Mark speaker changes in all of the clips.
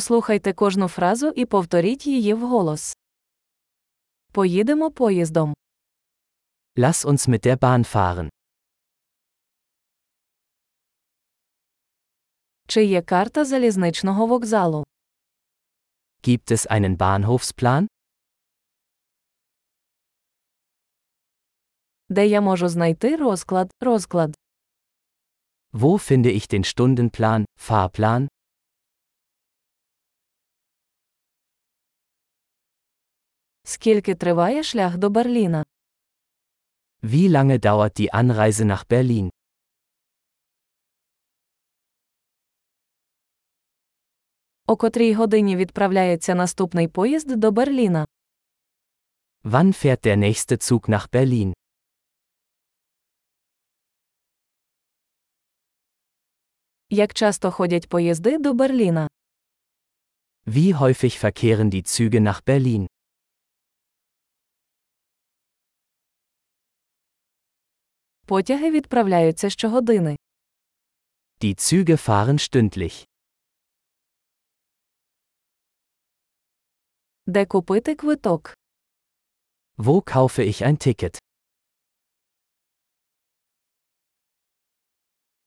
Speaker 1: Послухайте кожну фразу і повторіть її вголос. Поїдемо поїздом.
Speaker 2: Lass uns mit der Bahn fahren.
Speaker 1: Чи є карта залізничного вокзалу?
Speaker 2: Gibt es einen Bahnhofsplan?
Speaker 1: Де я можу знайти розклад, розклад?
Speaker 2: Wo finde ich den Stundenplan, Fahrplan?
Speaker 1: Скільки триває шлях до Берліна?
Speaker 2: Wie lange dauert die Anreise nach Berlin?
Speaker 1: О котрій годині відправляється наступний поїзд до Берліна?
Speaker 2: Wann fährt der nächste Zug nach Berlin?
Speaker 1: Як часто ходять поїзди до Берліна?
Speaker 2: Wie häufig verkehren die Züge nach Berlin?
Speaker 1: Потяги відправляються щогодини.
Speaker 2: Die Züge fahren stündlich.
Speaker 1: Де купити квиток?
Speaker 2: Wo kaufe ich ein Ticket?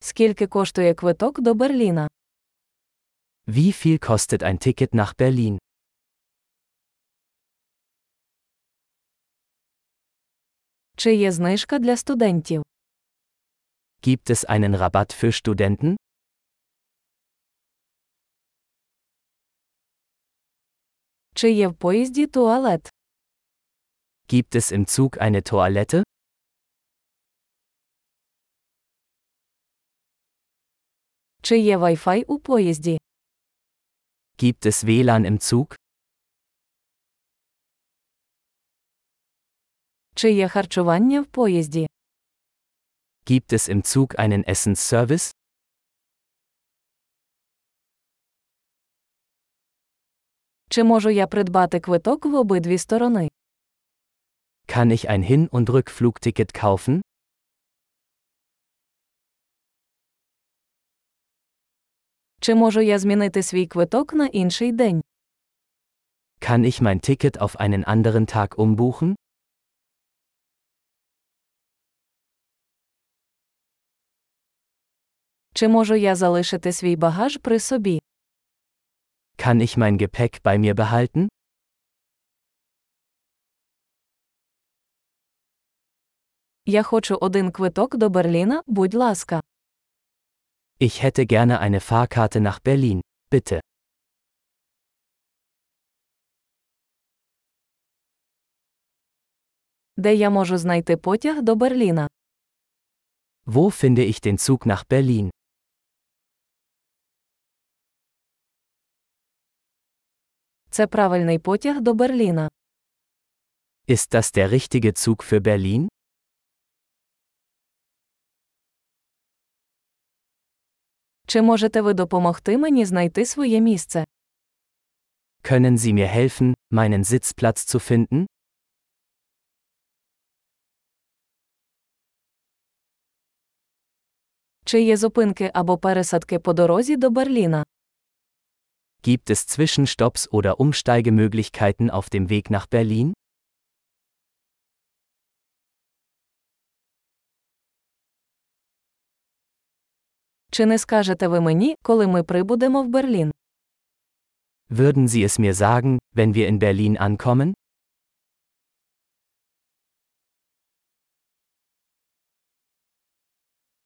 Speaker 1: Скільки коштує квиток до Берліна?
Speaker 2: Wie viel kostet ein Ticket nach Berlin?
Speaker 1: Чи є знижка для студентів?
Speaker 2: Gibt es einen Rabatt für Studenten?
Speaker 1: Чи є в поїзді туалет?
Speaker 2: Gibt es im Zug eine Toilette?
Speaker 1: Чи є Wi-Fi у поїзді?
Speaker 2: Gibt es WLAN im Zug?
Speaker 1: Чи є харчування в поїзді?
Speaker 2: Gibt es im Zug einen Essensservice?
Speaker 1: Чи можу я придбати квиток в обидві сторони?
Speaker 2: Kann ich ein Hin- und Rückflugticket kaufen?
Speaker 1: Чи можу я змінити свій квиток на інший день?
Speaker 2: Kann ich mein Ticket auf einen anderen Tag umbuchen?
Speaker 1: Чи можу я залишити свій багаж при собі?
Speaker 2: Kann ich mein Gepäck bei mir behalten?
Speaker 1: Я хочу один квиток до Берліна, будь ласка.
Speaker 2: Ich hätte gerne eine Fahrkarte nach Berlin, bitte.
Speaker 1: Де я можу знайти потяг до Берліна?
Speaker 2: Wo finde ich den Zug nach Berlin?
Speaker 1: Це правильний потяг до Берліна.
Speaker 2: Ist das der richtige Zug für Berlin?
Speaker 1: Чи можете ви допомогти мені знайти своє місце?
Speaker 2: Können Sie mir helfen, meinen Sitzplatz zu finden?
Speaker 1: Чи є зупинки або пересадки по дорозі до Берліна?
Speaker 2: Gibt es Zwischenstopps oder Umsteigemöglichkeiten auf dem Weg nach Berlin?
Speaker 1: Чи не скажете ви мені, коли ми прибудемо в Берлін?
Speaker 2: Würden Sie es mir sagen, wenn wir in Berlin ankommen?